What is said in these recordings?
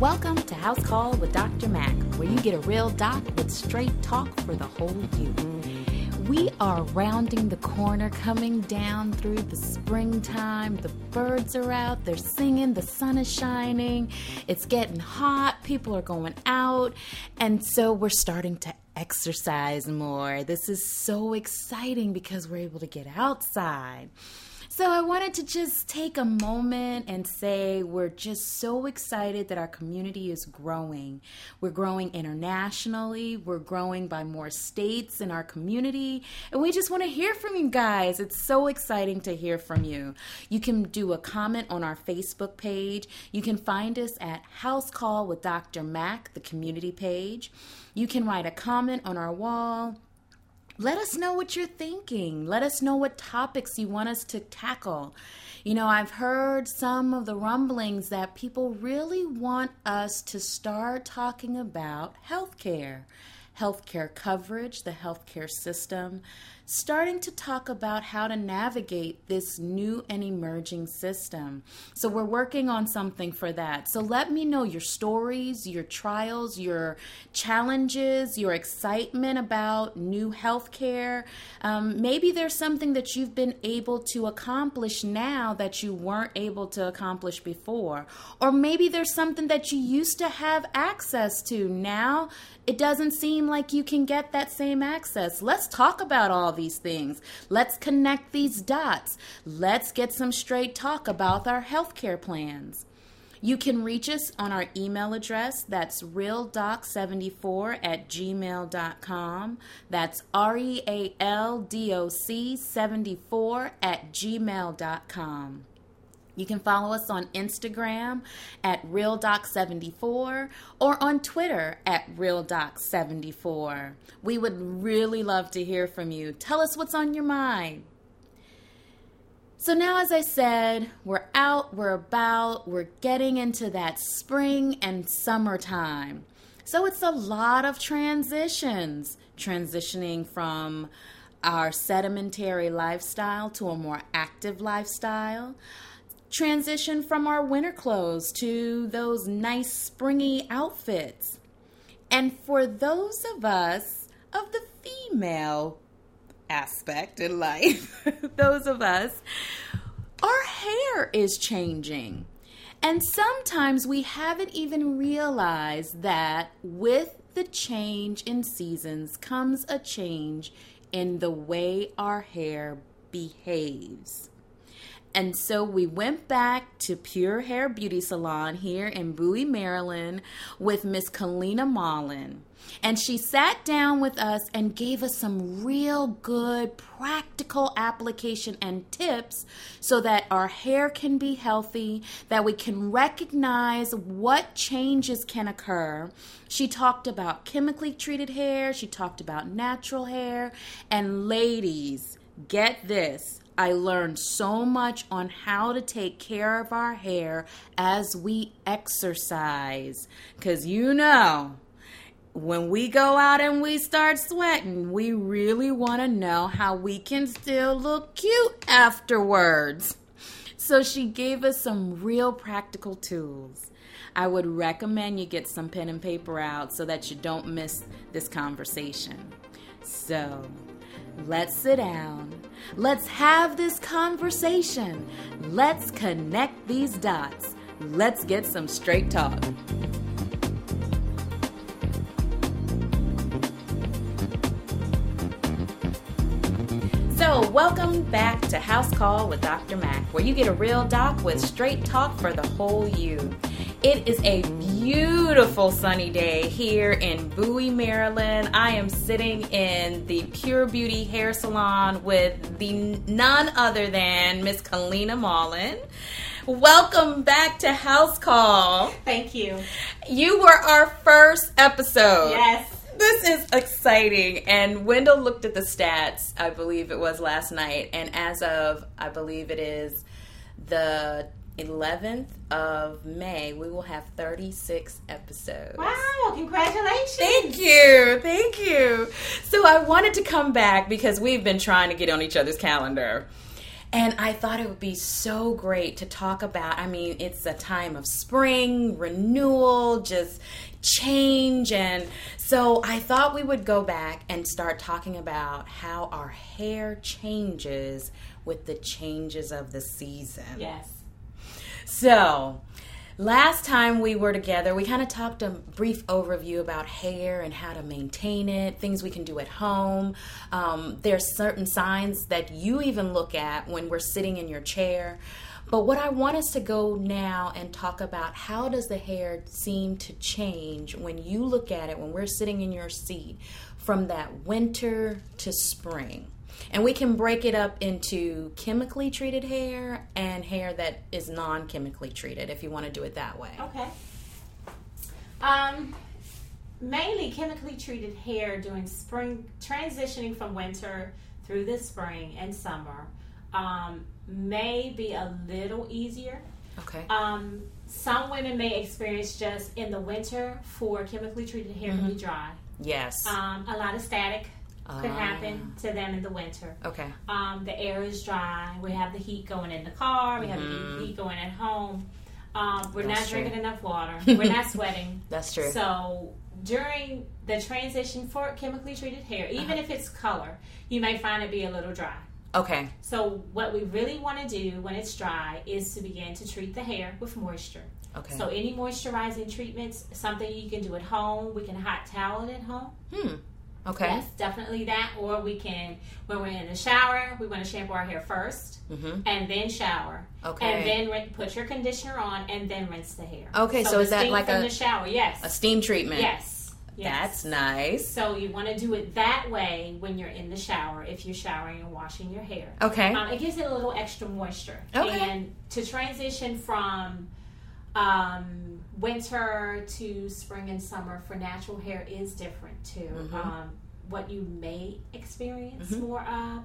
Welcome to House Call with Dr. Mack, where you get a real doc with straight talk for the whole you. We are rounding the corner, coming down through the springtime. The birds are out, they're singing, the sun is shining, it's getting hot, people are going out, and so we're starting to exercise more. This is so exciting because we're able to get outside. So I wanted to just take a moment and say we're just so excited that our community is growing. We're growing internationally, we're growing by more states in our community, and we just want to hear from you guys. It's so exciting to hear from you. You can do a comment on our Facebook page. You can find us at House Call with Dr. Mack, the community page. You can write a comment on our wall let us know what you're thinking. Let us know what topics you want us to tackle. You know, I've heard some of the rumblings that people really want us to start talking about healthcare, healthcare coverage, the healthcare system, starting to talk about how to navigate this new and emerging system. So we're working on something for that. So let me know your stories, your trials, your challenges, your excitement about new healthcare. Um, maybe there's something that you've been able to accomplish now that you weren't able to accomplish before, or maybe there's something that you used to have access to now it doesn't seem like you can get that same access. Let's talk about all these things. Let's connect these dots. Let's get some straight talk about our healthcare plans. You can reach us on our email address. That's realdoc74 at gmail.com. That's R E A L D O C 74 at gmail.com. You can follow us on Instagram at RealDoc74 or on Twitter at RealDoc74. We would really love to hear from you. Tell us what's on your mind. So, now as I said, we're out, we're about, we're getting into that spring and summertime. So, it's a lot of transitions transitioning from our sedimentary lifestyle to a more active lifestyle transition from our winter clothes to those nice springy outfits. And for those of us of the female aspect in life, those of us, our hair is changing. And sometimes we haven't even realized that with the change in seasons comes a change in the way our hair behaves. And so we went back to Pure Hair Beauty Salon here in Bowie, Maryland with Miss Kalina Mullen. And she sat down with us and gave us some real good practical application and tips so that our hair can be healthy, that we can recognize what changes can occur. She talked about chemically treated hair, she talked about natural hair, and ladies, get this. I learned so much on how to take care of our hair as we exercise. Because you know, when we go out and we start sweating, we really want to know how we can still look cute afterwards. So she gave us some real practical tools. I would recommend you get some pen and paper out so that you don't miss this conversation. So, Let's sit down. Let's have this conversation. Let's connect these dots. Let's get some straight talk. So, welcome back to House Call with Dr. Mac, where you get a real doc with straight talk for the whole you. It is a beautiful sunny day here in Bowie, Maryland. I am sitting in the Pure Beauty Hair Salon with the none other than Miss Kalina Mullen. Welcome back to House Call. Thank you. You were our first episode. Yes. This is exciting. And Wendell looked at the stats, I believe it was last night, and as of, I believe it is the 11th of May, we will have 36 episodes. Wow, congratulations. Thank you. Thank you. So I wanted to come back because we've been trying to get on each other's calendar. And I thought it would be so great to talk about. I mean, it's a time of spring, renewal, just change. And so I thought we would go back and start talking about how our hair changes with the changes of the season. Yes. So, last time we were together, we kind of talked a brief overview about hair and how to maintain it, things we can do at home. Um, there are certain signs that you even look at when we're sitting in your chair. But what I want us to go now and talk about how does the hair seem to change when you look at it when we're sitting in your seat from that winter to spring. And we can break it up into chemically treated hair and hair that is non chemically treated if you want to do it that way. Okay. Um, mainly chemically treated hair during spring, transitioning from winter through the spring and summer, um, may be a little easier. Okay. Um, some women may experience just in the winter for chemically treated hair can be dry. Yes. Um, a lot of static could Ah. happen to them in the winter. Okay. Um, the air is dry. We have the heat going in the car. We have the heat going at home. Um, we're Mm-hmm. That's not true. drinking enough water. We're not sweating. That's true. So during the transition for chemically treated hair, even Uh-huh. if it's color, you may find it be a little dry. okay. So what we really want to do when it's dry is to begin to treat the hair with moisture. Okay. So any moisturizing treatments, something you can do at home. We can hot towel it at home. hmm. Okay. Yes, definitely that. Or we can, when we're in the shower, we want to shampoo our hair first Mm-hmm. and then shower. Okay. And then rin- put your conditioner on and then rinse the hair. Okay, so is the that steam like from a- the shower? a Yes. steam treatment. yes. Yes. That's nice. So you want to do it that way when you're in the shower if you're showering and washing your hair. Okay. Um, it gives it a little extra moisture. Okay. And to transition from um, winter to spring and summer for natural hair is different too. Mm-hmm. Um, what you may experience more of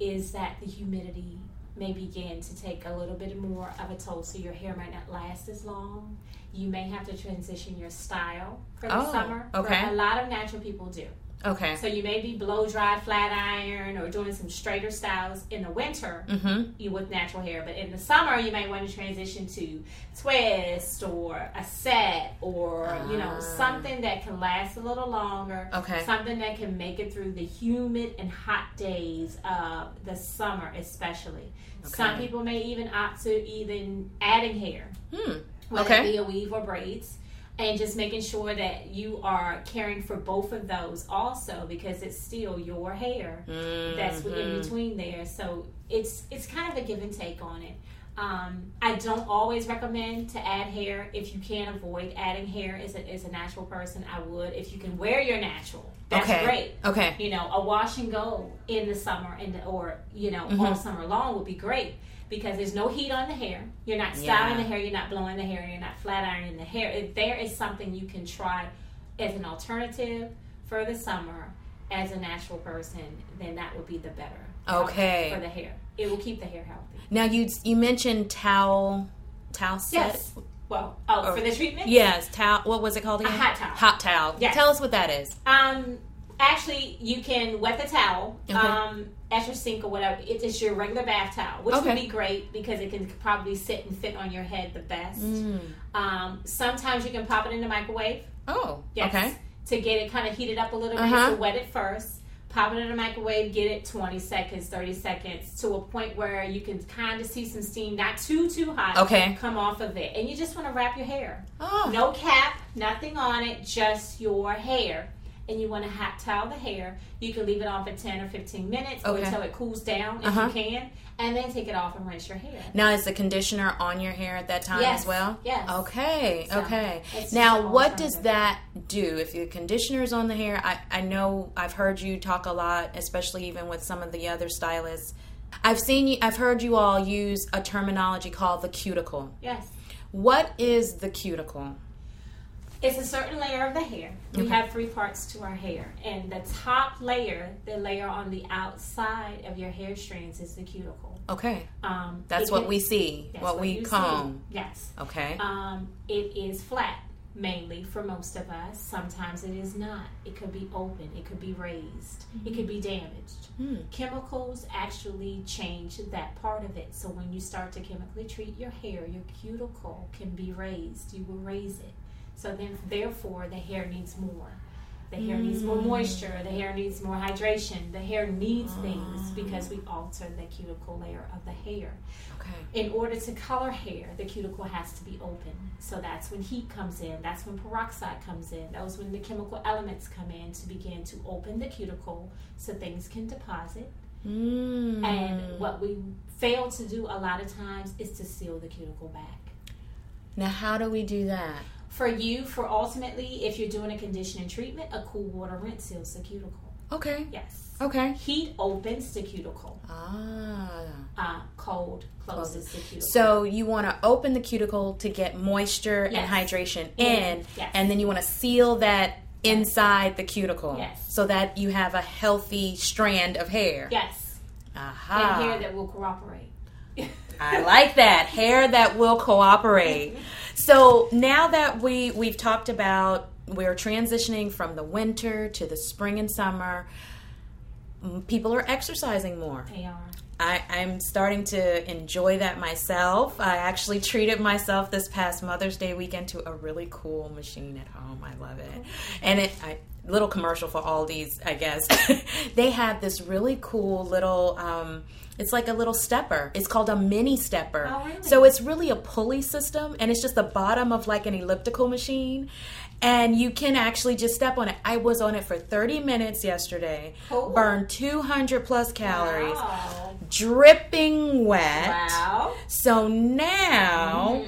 is that the humidity may begin to take a little bit more of a toll, so your hair might not last as long. You may have to transition your style for the Oh, summer. okay. A lot of natural people do. okay. So you may be blow dry, flat iron, or doing some straighter styles in the winter Mm-hmm. you with natural hair, but in the summer you may want to transition to twist or a set or you know Ah. something that can last a little longer. Okay. Something that can make it through the humid and hot days of the summer, especially. Some Okay. people may even opt to even adding hair, Hmm. whether Okay. it be a weave or braids. And just making sure that you are caring for both of those also because it's still your hair that's what Mm-hmm. in between there. So it's it's kind of a give and take on it. Um, I don't always recommend to add hair if you can avoid adding hair as a, as a natural person. I would if you can wear your natural. That's okay. great. Mm-hmm. Okay. You know, a wash and go in the summer and or you know all Mm-hmm. summer long would be great because there's no heat on the hair. You're not styling Yeah. the hair. You're not blowing the hair. You're not flat ironing the hair. If there is something you can try as an alternative for the summer as a natural person, then that would be the better. help Okay. For the hair, it will keep the hair healthy. Now you you mentioned towel towel set. Yes. Well, oh, for the treatment. Yes, towel. What was it called again? hot towel. Hot towel. Yes. Tell us what that is. Um, actually, you can wet the towel Okay. um, at your sink or whatever. It's just your regular bath towel, which would Okay. be great because it can probably sit and fit on your head the best. Mm. Um, sometimes you can pop it in the microwave. Oh. Yes. Okay. To get it kind of heated up a little bit, Uh-huh. so wet it first. Pop it in the microwave, get it 20 seconds, 30 seconds to a point where you can kind of see some steam, not too, too hot, Okay. come off of it. And you just want to wrap your hair. Oh. No cap, nothing on it, just your hair. And you want to hot towel the hair. You can leave it on for 10 or 15 minutes or Okay. until it cools down if Uh-huh. you can. And then take it off and rinse your hair. Now is the conditioner on your hair at that time Yes, as well? yes. Okay. So, okay. it's just Now an what does alternative. that do? If the conditioner is on the hair, I, I know I've heard you talk a lot, especially even with some of the other stylists. I've seen you I've heard you all use a terminology called the cuticle. Yes. What is the cuticle? It's a certain layer of the hair. We Okay. have three parts to our hair. And the top layer, the layer on the outside of your hair strands, is the cuticle. Okay. Um, That's it what can- we see. that's What we you see. comb. Yes. Okay. Um, it is flat, mainly for most of us. Sometimes it is not. It could be open, it could be raised, it could be damaged. Mm. Chemicals actually change that part of it. So when you start to chemically treat your hair, your cuticle can be raised. You will raise it. So then, therefore, the hair needs more. The hair needs more Mm. moisture. The hair needs more hydration. The hair needs things Mm. because we alter the cuticle layer of the hair. Okay. In order to color hair, the cuticle has to be open. So that's when heat comes in, that's when peroxide comes in, that was when the chemical elements come in to begin to open the cuticle so things can deposit. Mm. And what we fail to do a lot of times is to seal the cuticle back. Now, how do we do that? For you, for ultimately, if you're doing a conditioning treatment, a cool water rinse seals the cuticle. Okay. Yes. Okay. Heat opens the cuticle. Ah. Uh, cold closes the cuticle. So you want to open the cuticle to get moisture Yes. Mm. and hydration in, Yes. and then you want to seal that inside the cuticle, Yes. so that you have a healthy strand of hair. yes. Aha! and hair that will cooperate. Ah. I like that hair that will cooperate. Mm-hmm. So now that we we've talked about we're transitioning from the winter to the spring and summer, m- people are exercising more. They are. I, I'm starting to enjoy that myself. I actually treated myself this past Mother's Day weekend to a really cool machine at home. I love it. And it, I, little commercial for Aldi's, I guess. they had this really cool little. Um, it's like a little stepper. It's called a mini stepper. Oh, really? So it's really a pulley system, and it's just the bottom of like an elliptical machine. And you can actually just step on it. I was on it for 30 minutes yesterday, Cool. burned 200 plus calories Wow. dripping wet. Wow. Mm-hmm. So now,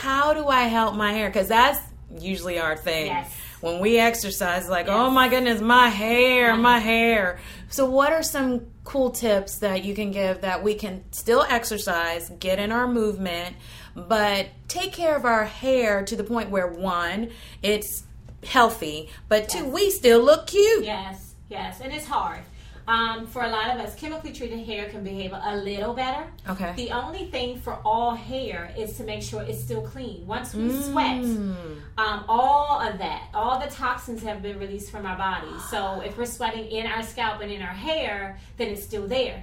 how do I help my hair? Because that's usually our thing. Yes. When we exercise, like, oh my goodness, my hair, my hair. So, what are some cool tips that you can give that we can still exercise, get in our movement, but take care of our hair to the point where one, it's healthy, but two, we still look cute. Yes, yes, and it's hard. Um, for a lot of us, chemically treated hair can behave a little better. Okay. The only thing for all hair is to make sure it's still clean. Once we sweat, Mm. um, all of that, all the toxins have been released from our body. So if we're sweating in our scalp and in our hair, then it's still there.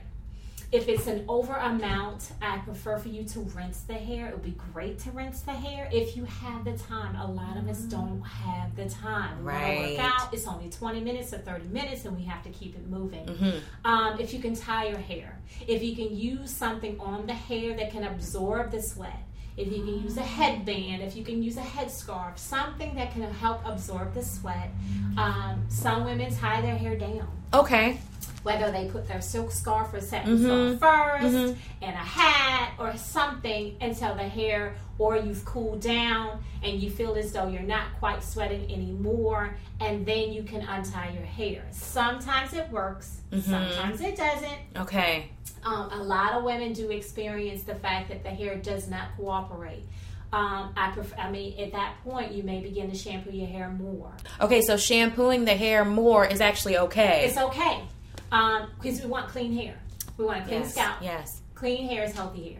If it's an over amount, I prefer for you to rinse the hair. It would be great to rinse the hair if you have the time. A lot of us don't have the time. We wanna Right. Work out. It's only 20 minutes or 30 minutes, and we have to keep it moving. Um, if you can tie your hair, if you can use something on the hair that can absorb the sweat, if you can use a headband, if you can use a headscarf, something that can help absorb the sweat. Um, some women tie their hair down Okay. whether they put their silk scarf or satin scarf 1st and a hat or something until the hair or you've cooled down and you feel as though you're not quite sweating anymore and then you can untie your hair sometimes it works sometimes it doesn't Okay. um, a lot of women do experience the fact that the hair does not cooperate um, I, pref- I mean at that point you may begin to shampoo your hair more Okay, so shampooing the hair more is actually okay. it's okay because we want clean hair we want a clean yes. scalp Yes. clean hair is healthy hair.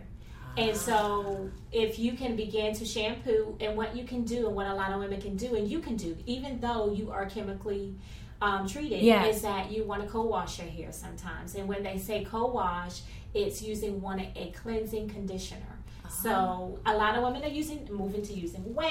And so, if you can begin to shampoo, and what you can do, and what a lot of women can do, and you can do, even though you are chemically um, treated, Yeah. is that you want to co wash your hair sometimes. And when they say co wash, it's using one a cleansing conditioner. So, a lot of women are using, moving to using Wen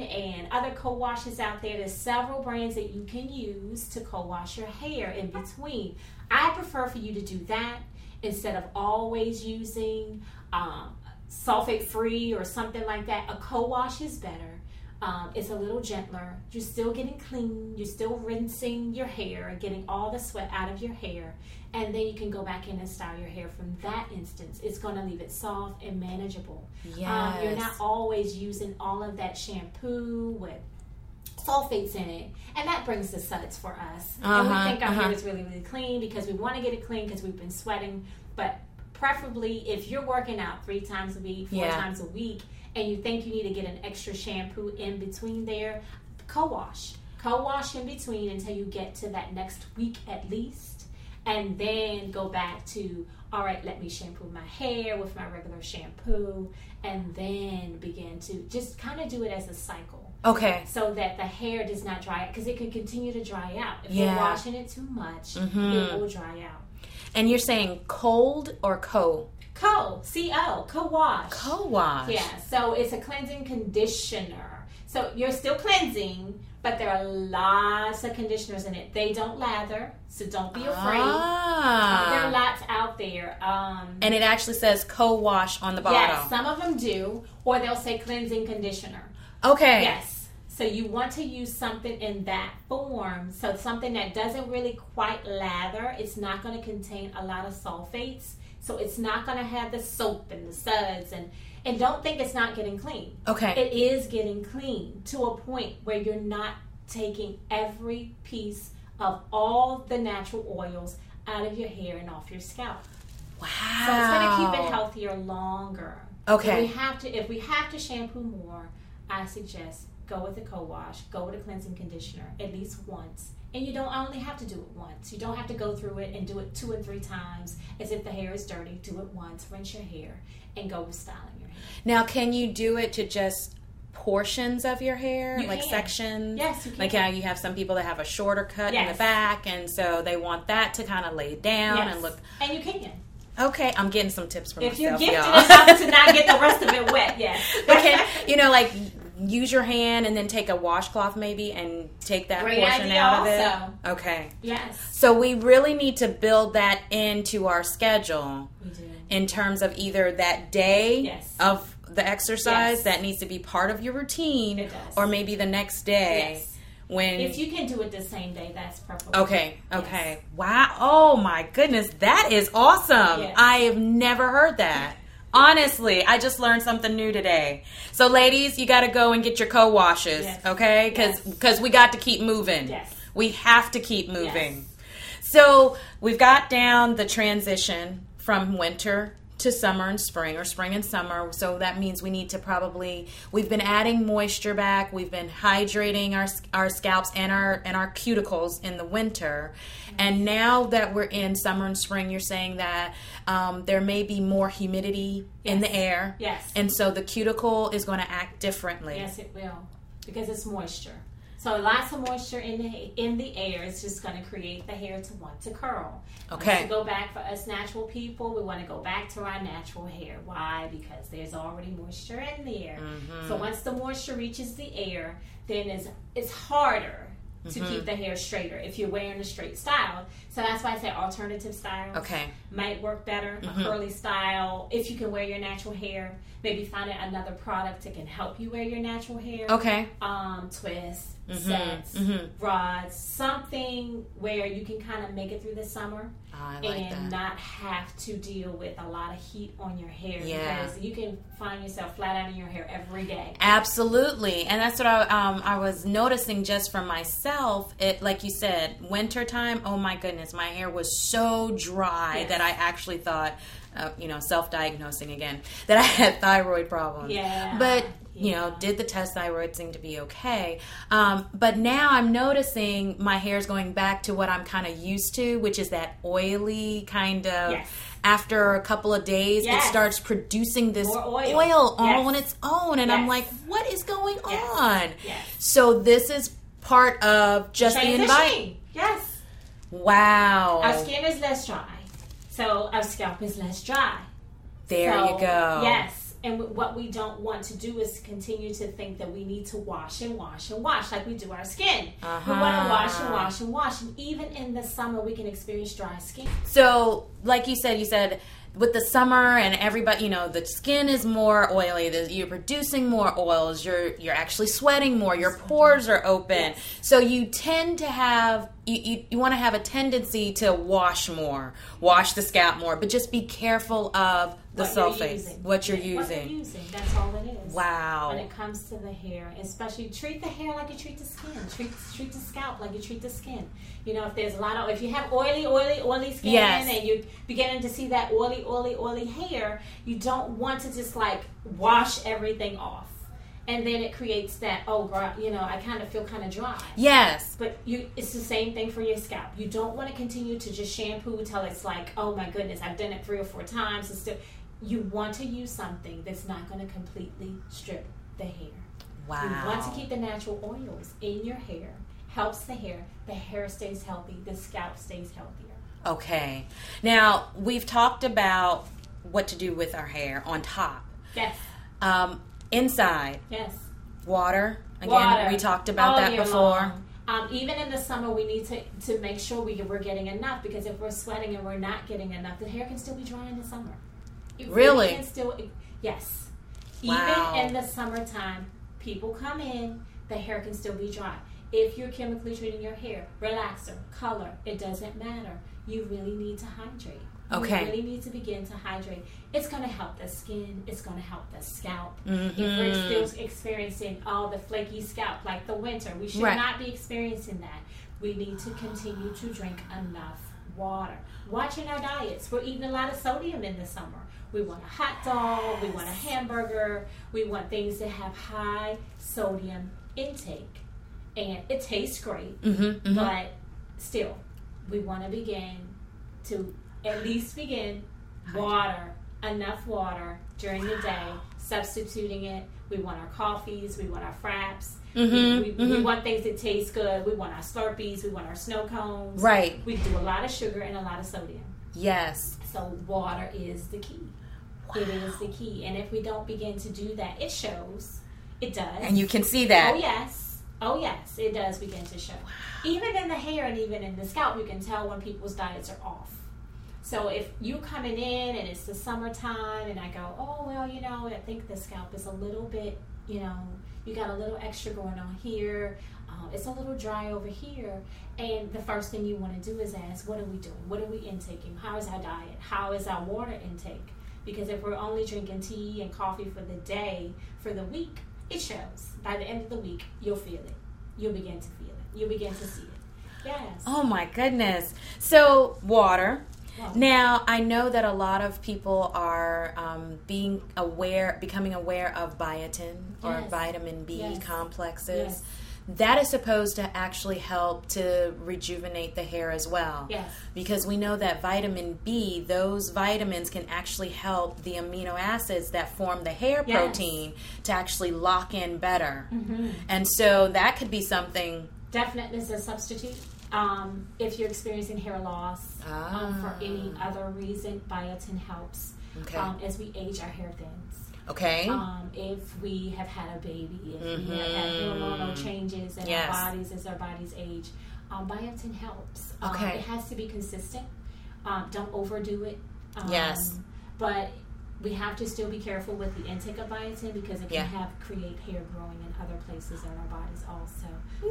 and other co washes out there. There's several brands that you can use to co wash your hair in between. I prefer for you to do that instead of always using um, sulfate free or something like that, a co wash is better. Um, it's a little gentler. You're still getting clean. You're still rinsing your hair and getting all the sweat out of your hair. And then you can go back in and style your hair from that instance. It's going to leave it soft and manageable. Yes. Um, you're not always using all of that shampoo with sulfates in it, and that brings the suds for us. and Uh-huh, we think our uh-huh. hair is really, really clean because we want to get it clean because we've been sweating. But preferably, if you're working out three times a week, four Yeah. times a week, and you think you need to get an extra shampoo in between there, co-wash, co-wash in between until you get to that next week at least. and then go back to all right let me shampoo my hair with my regular shampoo and then begin to just kind of do it as a cycle Okay. so that the hair does not dry out because it can continue to dry out if Yeah. Mm. you're washing it too much it will dry out Mm-hmm. And you're saying cold or co? co co co wash Co wash. yeah so it's a cleansing conditioner so you're still cleansing but there are lots of conditioners in it they don't lather so don't be afraid there are Ah. lots out there um And it actually says co wash on the Yes, bottom. some of them do, or they'll say cleansing conditioner. Okay. Yes. So you want to use something in that form. So something that doesn't really quite lather. It's not going to contain a lot of sulfates. So it's not going to have the soap and the suds and and don't think it's not getting clean. Okay. It is getting clean to a point where you're not taking every piece of all the natural oils out of your hair and off your scalp. wow. So it's going to keep it healthier longer. Okay. If we have to, if we have to shampoo more, I suggest go with a co-wash, go with a cleansing conditioner at least once. And you don't only have to do it once. You don't have to go through it and do it two and three times as if the hair is dirty. Do it once, rinse your hair, and go with styling your hair. Now, can you do it to just portions of your hair, You like can. sections? Yes, you can. Mm. Like how you have some people that have a shorter cut in the Yes. back, and so they want that to kind of lay down Yes. and look. And you can. Okay, I'm getting some tips from If you're myself, gifted y'all. enough to not get the rest of it wet, yes. okay, you know, like use your hand and then take a washcloth maybe and take that Great portion idea out also. of it. Okay, Yes. so we really need to build that into our schedule We do. in terms of either that day Yes. of the exercise Yes. that needs to be part of your routine It does. or maybe the next day Yes. when If you can do it the same day, that's perfect. okay okay wow oh my goodness that is awesome Yes. i have never heard that honestly i just learned something new today so ladies you got to go and get your co-washes Yes. okay because Yes. we got to keep moving Yes. we have to keep moving so we've got down the transition from winter to summer and spring, or spring and summer. So that means we need to probably we've been adding moisture back. We've been hydrating our our scalps and our and our cuticles in the winter, and now that we're in summer and spring, you're saying that um, there may be more humidity in the air, Yes. and so the cuticle is going to act differently. Yes, it will because it's moisture. So lots of moisture in the in the air is just going to create the hair to want to curl. Um, Okay. to go back for us natural people, we want to go back to our natural hair. Why? Because there's already moisture in the air. Mm-hmm. So once the moisture reaches the air, then it's it's harder to Mm-hmm. keep the hair straighter if you're wearing a straight style. So that's why I say alternative styles Okay. Mm-hmm. might work better, a curly style. If you can wear your natural hair, maybe find another product that can help you wear your natural hair. Okay. Um, twists, Mm-hmm. sets, rods, something where you can kind of make it through the summer I like that. and not have to deal with a lot of heat on your hair Yeah. because you can find yourself flat out in your hair every day. Absolutely, and that's what I um, I was noticing just for myself. It like you said, winter time. Oh my goodness, my hair was so dry Yes. that I actually thought, uh, you know, self-diagnosing again, that I had thyroid problems. Yeah. But you know, Yeah. did the test thyroid seemed to be okay? Um, but now I'm noticing my hair's going back to what I'm kind of used to, which is that oily kind of. Yes. After a couple of days, Yes. it starts producing this More oil, oil. all Yes. on its own, and I'm Yes. like, what is going Yes. on? Yes. So this is part of just the invite. Transitioning. Yes. Wow. Our skin is less dry. So our scalp is less dry. there So, you go. Yes. And w- what we don't want to do is continue to think that we need to wash and wash and wash like we do our skin. We want Uh-huh. to wash and wash and wash. And even in the summer, we can experience dry skin. So, like you said, you said with the summer and everybody, you know, the skin is more oily. the- You're producing more oils. You're you're actually sweating more. Your pores are open. Yes. So you tend to have you you, you want to have a tendency to wash more, wash the scalp more, but just be careful of the What you're sulfates, using. what you're What we're using. using, that's all it is. Wow. When it comes to the hair, especially treat the hair like you treat the skin. Treat treat the scalp like you treat the skin. You know, if there's a lot of if you have oily, oily, oily skin Yes. and you're beginning to see that oily, oily, oily hair, you don't want to just like wash everything off. and then it creates that oh, bro, you know, I kind of feel kind of dry. Yes. But you, it's the same thing for your scalp. You don't want to continue to just shampoo until it's like, oh my goodness, I've done it three or four times. And still, you want to use something that's not going to completely strip the hair. Wow. You want to keep the natural oils in your hair. Helps the hair. The hair stays healthy. The scalp stays healthier. Okay. Now, we've talked about what to do with our hair on top. Yes. Um, inside, Yes. water. Again, Water. we talked about All that year before. long. Oh, Um, even in the summer, we need to, to make sure we, we're getting enough because if we're sweating and we're not getting enough, the hair can still be dry in the summer. It Really? can still, yes. Wow. Even in the summertime, people come in, the hair can still be dry. If you're chemically treating your hair, relaxer, color, it doesn't matter. You really need to hydrate. You Okay. really need to begin to hydrate. It's going to help the skin. It's going to help the scalp. If we're Mm-hmm. still experiencing all the flaky scalp like the winter, we should Right. not be experiencing that. We need to continue to drink enough water. Watching our diets. We're eating a lot of sodium in the summer. We want a hot dog, we want a hamburger, we want things that have high sodium intake. And it tastes great, Mm-hmm, but still, we want to begin to at least begin water, enough water during the day, substituting it. We want our coffees, we want our fraps, Mm-hmm, we, we, we want things that taste good, we want our Slurpees, we want our snow cones. Mm-hmm. Right. We do a lot of sugar and a lot of sodium. Yes. So water is the key. It is the key. And if we don't begin to do that, it shows. It does. And you can see Oh that. yes. Oh yes, it does begin to show. Even in the hair and even in the scalp, you can tell when people's diets are off. So if you coming in and it's the summertime and I go, oh well, you know, I think the scalp is a little bit, you know, you got a little extra going on here. Um, it's a little dry over here, and the first thing you want to do is ask, what are we doing? What are we intaking? How is our diet? How is our water intake? Because if we're only drinking tea and coffee for the day, for the week, it shows. By the end of the week, you'll feel it. You'll begin to feel it. You'll begin to see it. Yes. Oh my goodness. So, water. Well, Now, I know that a lot of people are um, being aware, becoming aware of biotin or Yes. vitamin B Yes. complexes. Yes. That is supposed to actually help to rejuvenate the hair as well. Yes. Because we know that vitamin B, those vitamins can actually help the amino acids that form the hair Yes. protein to actually lock in better. And so that could be something. definiteness as a substitute. Um, if you're experiencing hair loss um, for any other reason, biotin helps. Ah. Okay. Um, as we age, our hair thins. Okay. Um, if we have had a baby, if we have had hormonal changes in Mm-hmm. Yes. our bodies as our bodies age, um, biotin helps. Um, Okay. It has to be consistent. Um, don't overdo it. Um, Yes. But we have to still be careful with the intake of biotin because it can Yeah. have create hair growing in other places in our bodies also.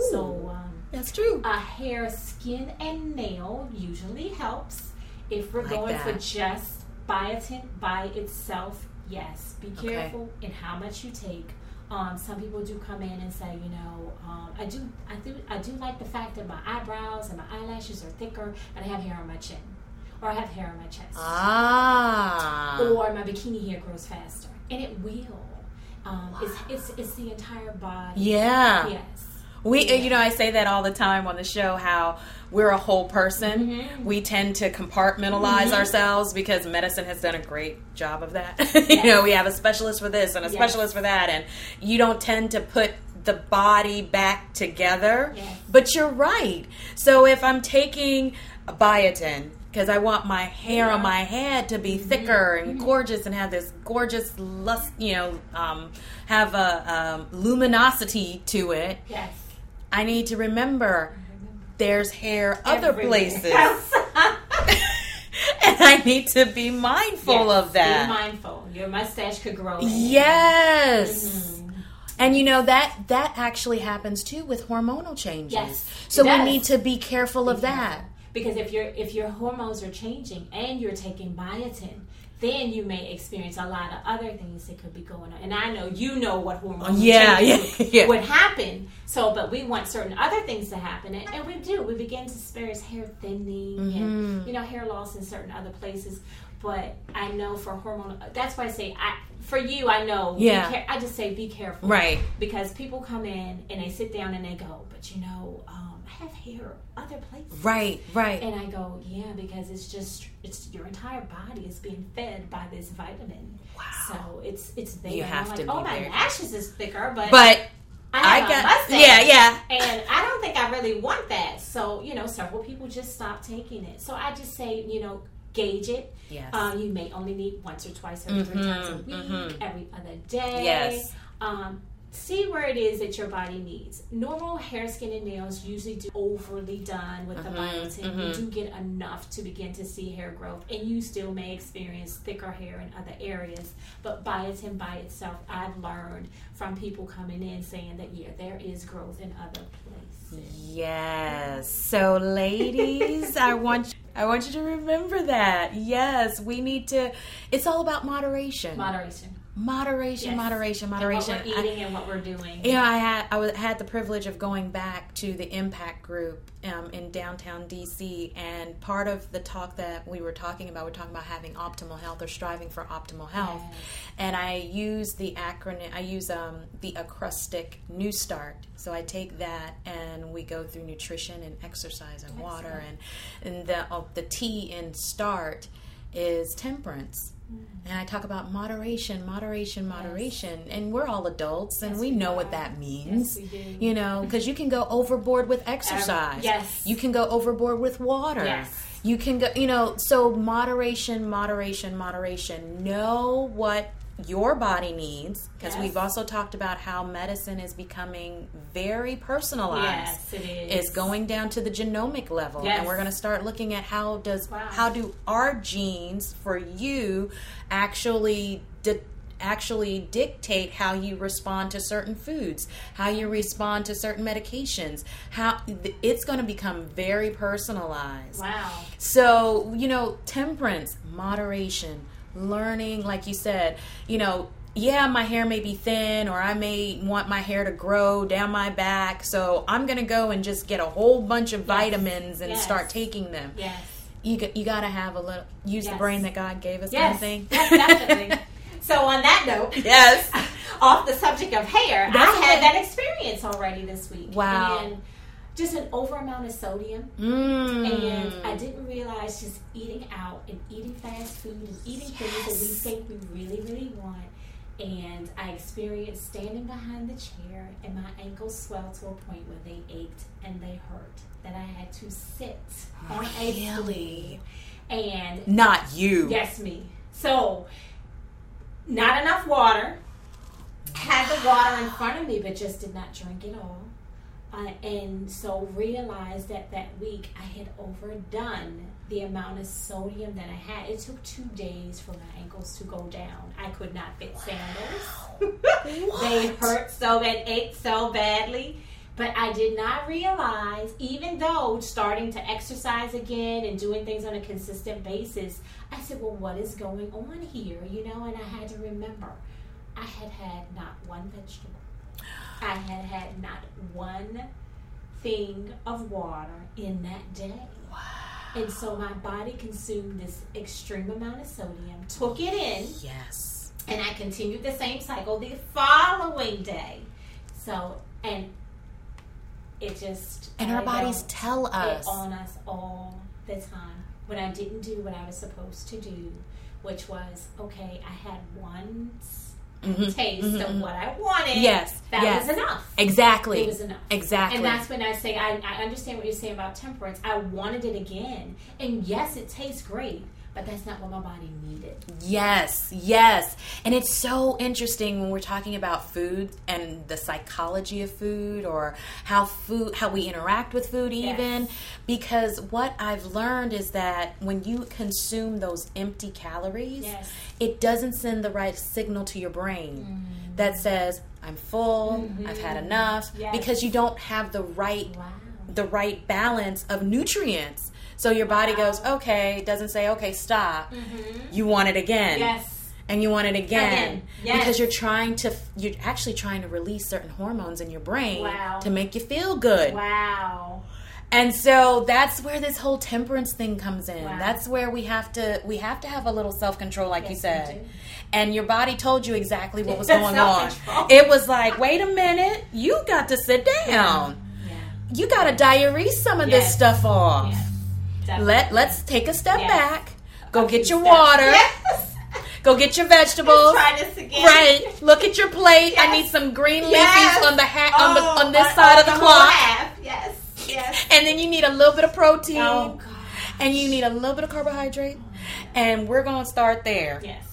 So um, That's true. a hair, skin, and nail usually helps. If we're Like going for that. just biotin by itself, yes. Be Okay. careful in how much you take. Um, some people do come in and say, you know, um, I do, I do, I do like the fact that my eyebrows and my eyelashes are thicker, and I have hair on my chin, or I have hair on my chest Ah. uh, or my bikini hair grows faster, and it will. Um, it's, it's it's the entire body. Yeah. Yes. We, uh, you know, I say that all the time on the show how we're a whole person. Mm-hmm. We tend to compartmentalize ourselves because medicine has done a great job of that. you know, we have a specialist for this and a Yes. specialist for that, and you don't tend to put the body back together. Yes. But you're right. So if I'm taking a biotin, because I want my hair on my head to Mm-hmm. be thicker and gorgeous and have this gorgeous lust, you know, um, have a um, luminosity to it. Yes. I need to remember there's hair other Everywhere. places. Yes. and I need to be mindful Yes. of that. Be mindful. Your mustache could grow. yes. Mm-hmm. And you know that that actually happens too with hormonal changes. Yes, So it we does. need to be careful of that. Because if your if your hormones are changing and you're taking biotin, then you may experience a lot of other things that could be going on. And I know you know what hormones Yeah, changes yeah, would- yeah. would happen. So, but we want certain other things to happen, and, and we do. We begin to experience hair thinning Mm-hmm. and you know hair loss in certain other places. But I know for hormonal, that's why I say I for you, I know. be Yeah. care- I just say be careful. Right. Because people come in and they sit down and they go, but you know, um, I have hair other places. Right. Right. And I go, yeah, because it's just it's your entire body is being fed by this vitamin. Wow. So it's it's there. You And have I'm to like, be Oh, my very- lashes is thicker, but, but I, I have a got mustache. yeah, yeah. And I don't think I really want that. So you know, several people just stop taking it. So I just say, you know, gauge it. Yes. Um, you may only need once or twice or three times a Mhm, week, mhm. every other day. Yes. Um, see where it is that your body needs. Normal hair, skin, and nails usually do overly done with Mhm, the biotin. mhm. You do get enough to begin to see hair growth, and you still may experience thicker hair in other areas. But biotin by itself, I've learned from people coming in saying that yeah, there is growth in other places. Um, Yes. So ladies, I want I want you to remember that. Yes, we need to it's all about moderation. Moderation. moderation, Yes. moderation, Mm-hmm. moderation. And what I- we're eating and what we're doing. Yeah, I had I was, had the privilege of going back to the Impact Group um, in downtown DC, and part of the talk that we were talking about, we're talking about having optimal health or striving for optimal health, Yes. and I use the acronym, I use um, the acrostic New Start. So I take that, and we go through nutrition and exercise and water, and and the oh, the T in Start is temperance. Mm. And I talk about moderation, moderation, moderation. And we're all adults and Yes, we, we know are. what that means. Yes, we do. You know, because you can go overboard with exercise. yes. You can go overboard with water. Yes. You can go, you know, so moderation, moderation, moderation. Know what your body needs because Yes. we've also talked about how medicine is becoming very personalized. Yes, it is. It's going down to the genomic level Yes. and we're going to start looking at how does Wow. how do our genes for you actually di- actually dictate how you respond to certain foods how you respond to certain medications how th- it's going to become very personalized Wow. so, you know, temperance, moderation, learning, like you said, you know, yeah, my hair may be thin or I may want my hair to grow down my back. So I'm going to go and just get a whole bunch of vitamins and Yes. start taking them. Yes. You, g- you got to have a little, use the Yes. brain that God gave us kind Yes, of thing. definitely. so on that note, yes. off the subject of hair, That's I had okay. that experience already this week. Wow. And just an over amount of sodium, Mm. and I didn't realize just eating out and eating fast food and eating things that we think we really, really want. And I experienced standing behind the chair, and my ankles swelled to a point where they ached and they hurt. That I had to sit on a Really? stool and Not you. Yes, me. So, not enough water. Had the water in front of me, but just did not drink it all. Uh, and so realized that that week I had overdone the amount of sodium that I had. It took two days for my ankles to go down. I could not fit sandals. they What? hurt so bad, ached so badly. But I did not realize, even though starting to exercise again and doing things on a consistent basis, I said, Well, what is going on here? You know, and I had to remember I had had not one vegetable, I had had not one thing of water in that day. And so my body consumed this extreme amount of sodium, took it in, Yes. and I continued the same cycle the following day. So, and it just. And our I bodies don't- tell it us. on us all the time when I didn't do what I was supposed to do, which was okay, I had one s- Mhm. taste mhm. of what I wanted. Yes, That yes. was enough. Exactly. It was enough. exactly. And that's when I say, I, I understand what you're saying about temperance. I wanted it again. And yes, it tastes great, but that's not what my body needed. Yes, yes. And it's so interesting when we're talking about food and the psychology of food or how food how we interact with food Yes. even because what I've learned is that when you consume those empty calories, Yes. Mm. it doesn't send the right signal to your brain that says I'm full, I've had enough Mm-hmm. Yes. because you don't have the right Wow. the right balance of nutrients. So your body Wow. goes, "Okay," it doesn't say, "Okay, stop." Mm-hmm. You want it again Yes. and you want it again, Again, yes. because you're trying to you're actually trying to release certain hormones in your brain Wow. to make you feel good Wow. And so that's where this whole temperance thing comes in. Wow. That's where we have to we have to have a little self control, like you Yes, we said. do. And your body told you exactly what was going on. Self-control. It was like, wait a minute, you got to sit down. Yeah. You got to diarrhea some of this Yes. stuff off. Yes. Definitely. Let let's take a step Yes. back. Go Okay, get your steps. water. Yes. Go get your vegetables. Let's try this again. Right. Look at your plate. I Yes. need some green leafies Yes. on the hat on the Oh, on this side of the whole clock. half. Yes. Yes. And then you need a little bit of protein. Oh God. and you need a little bit of carbohydrate. And we're gonna start there. Yes.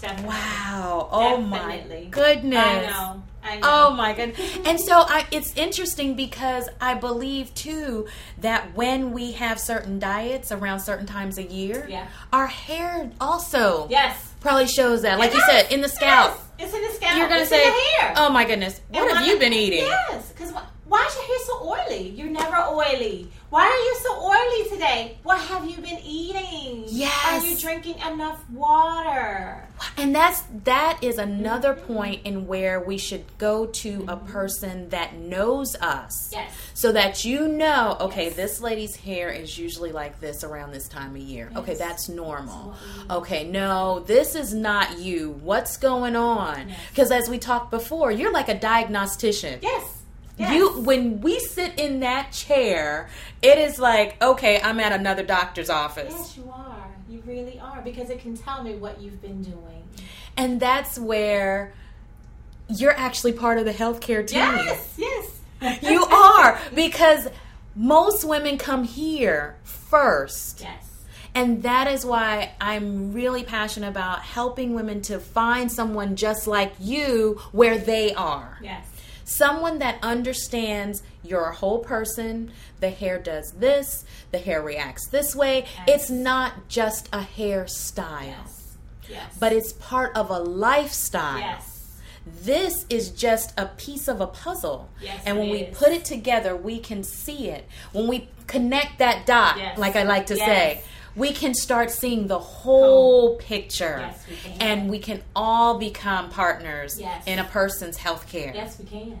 Definitely. Wow. Oh Definitely. my goodness. I know. I know. Oh my goodness. And so I, it's interesting because I believe too that when we have certain diets around certain times a year, Yeah. our hair also Yes. probably shows that. Like you Yes, said, in the scalp. Yes. It's in the scalp. You're gonna it's say, in the hair. "Oh my goodness, what And have why- you been eating?" Yes, because why is your hair so oily? You're never oily. Why are you so oily today? What have you been eating? Yes. Are you drinking enough water? And that's that is another point in where we should go to a person that knows us. Yes. So that you know, okay, Yes. this lady's hair is usually like this around this time of year. Okay, Yes. that's normal. That's what we Okay, no, this is not you. What's going on? Yes. Because as we talked before, you're like a diagnostician. Yes. yes. You when we sit in that chair, it is like, okay, I'm at another doctor's office. Yes, you are. You really are because it can tell me what you've been doing. And that's where you're actually part of the healthcare team. Yes. Yes. You are because most women come here first. Yes. And that is why I'm really passionate about helping women to find someone just like you where they are. Yes. Someone that understands you're a whole person, the hair does this, the hair reacts this way. Yes. It's not just a hairstyle, Yes. Yes. but it's part of a lifestyle yes. this is just a piece of a puzzle. Yes, and when it we is. put it together, we can see it. When we connect that dot, Yes. like I like to Yes. say, we can start seeing the whole picture. Yes, we can. And we can all become partners Yes. in a person's health care. Yes, we can.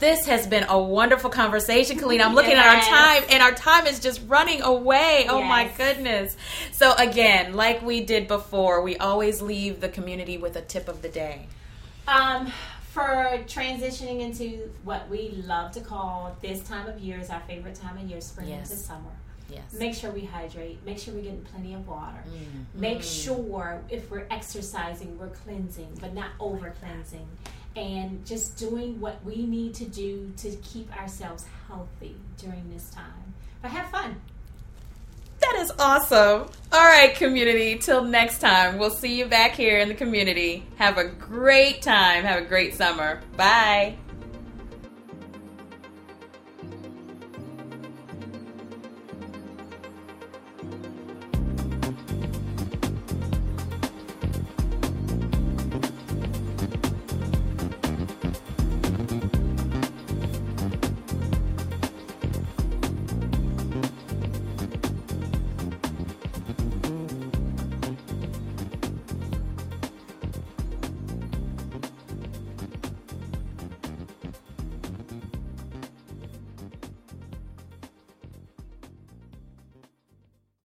This has been a wonderful conversation, Kalina. I'm looking Yes. at our time, and our time is just running away. Oh my Yes. goodness. So, again, like we did before, we always leave the community with a tip of the day. Um, for transitioning into what we love to call this time of year is our favorite time of year, spring Yes. into summer. Yes. Make sure we hydrate. Make sure we're getting plenty of water. Make sure if we're exercising, we're cleansing, but not over cleansing. And just doing what we need to do to keep ourselves healthy during this time. But have fun. That is awesome. All right, community. Till next time, we'll see you back here in the community. Have a great time. Have a great summer. Bye.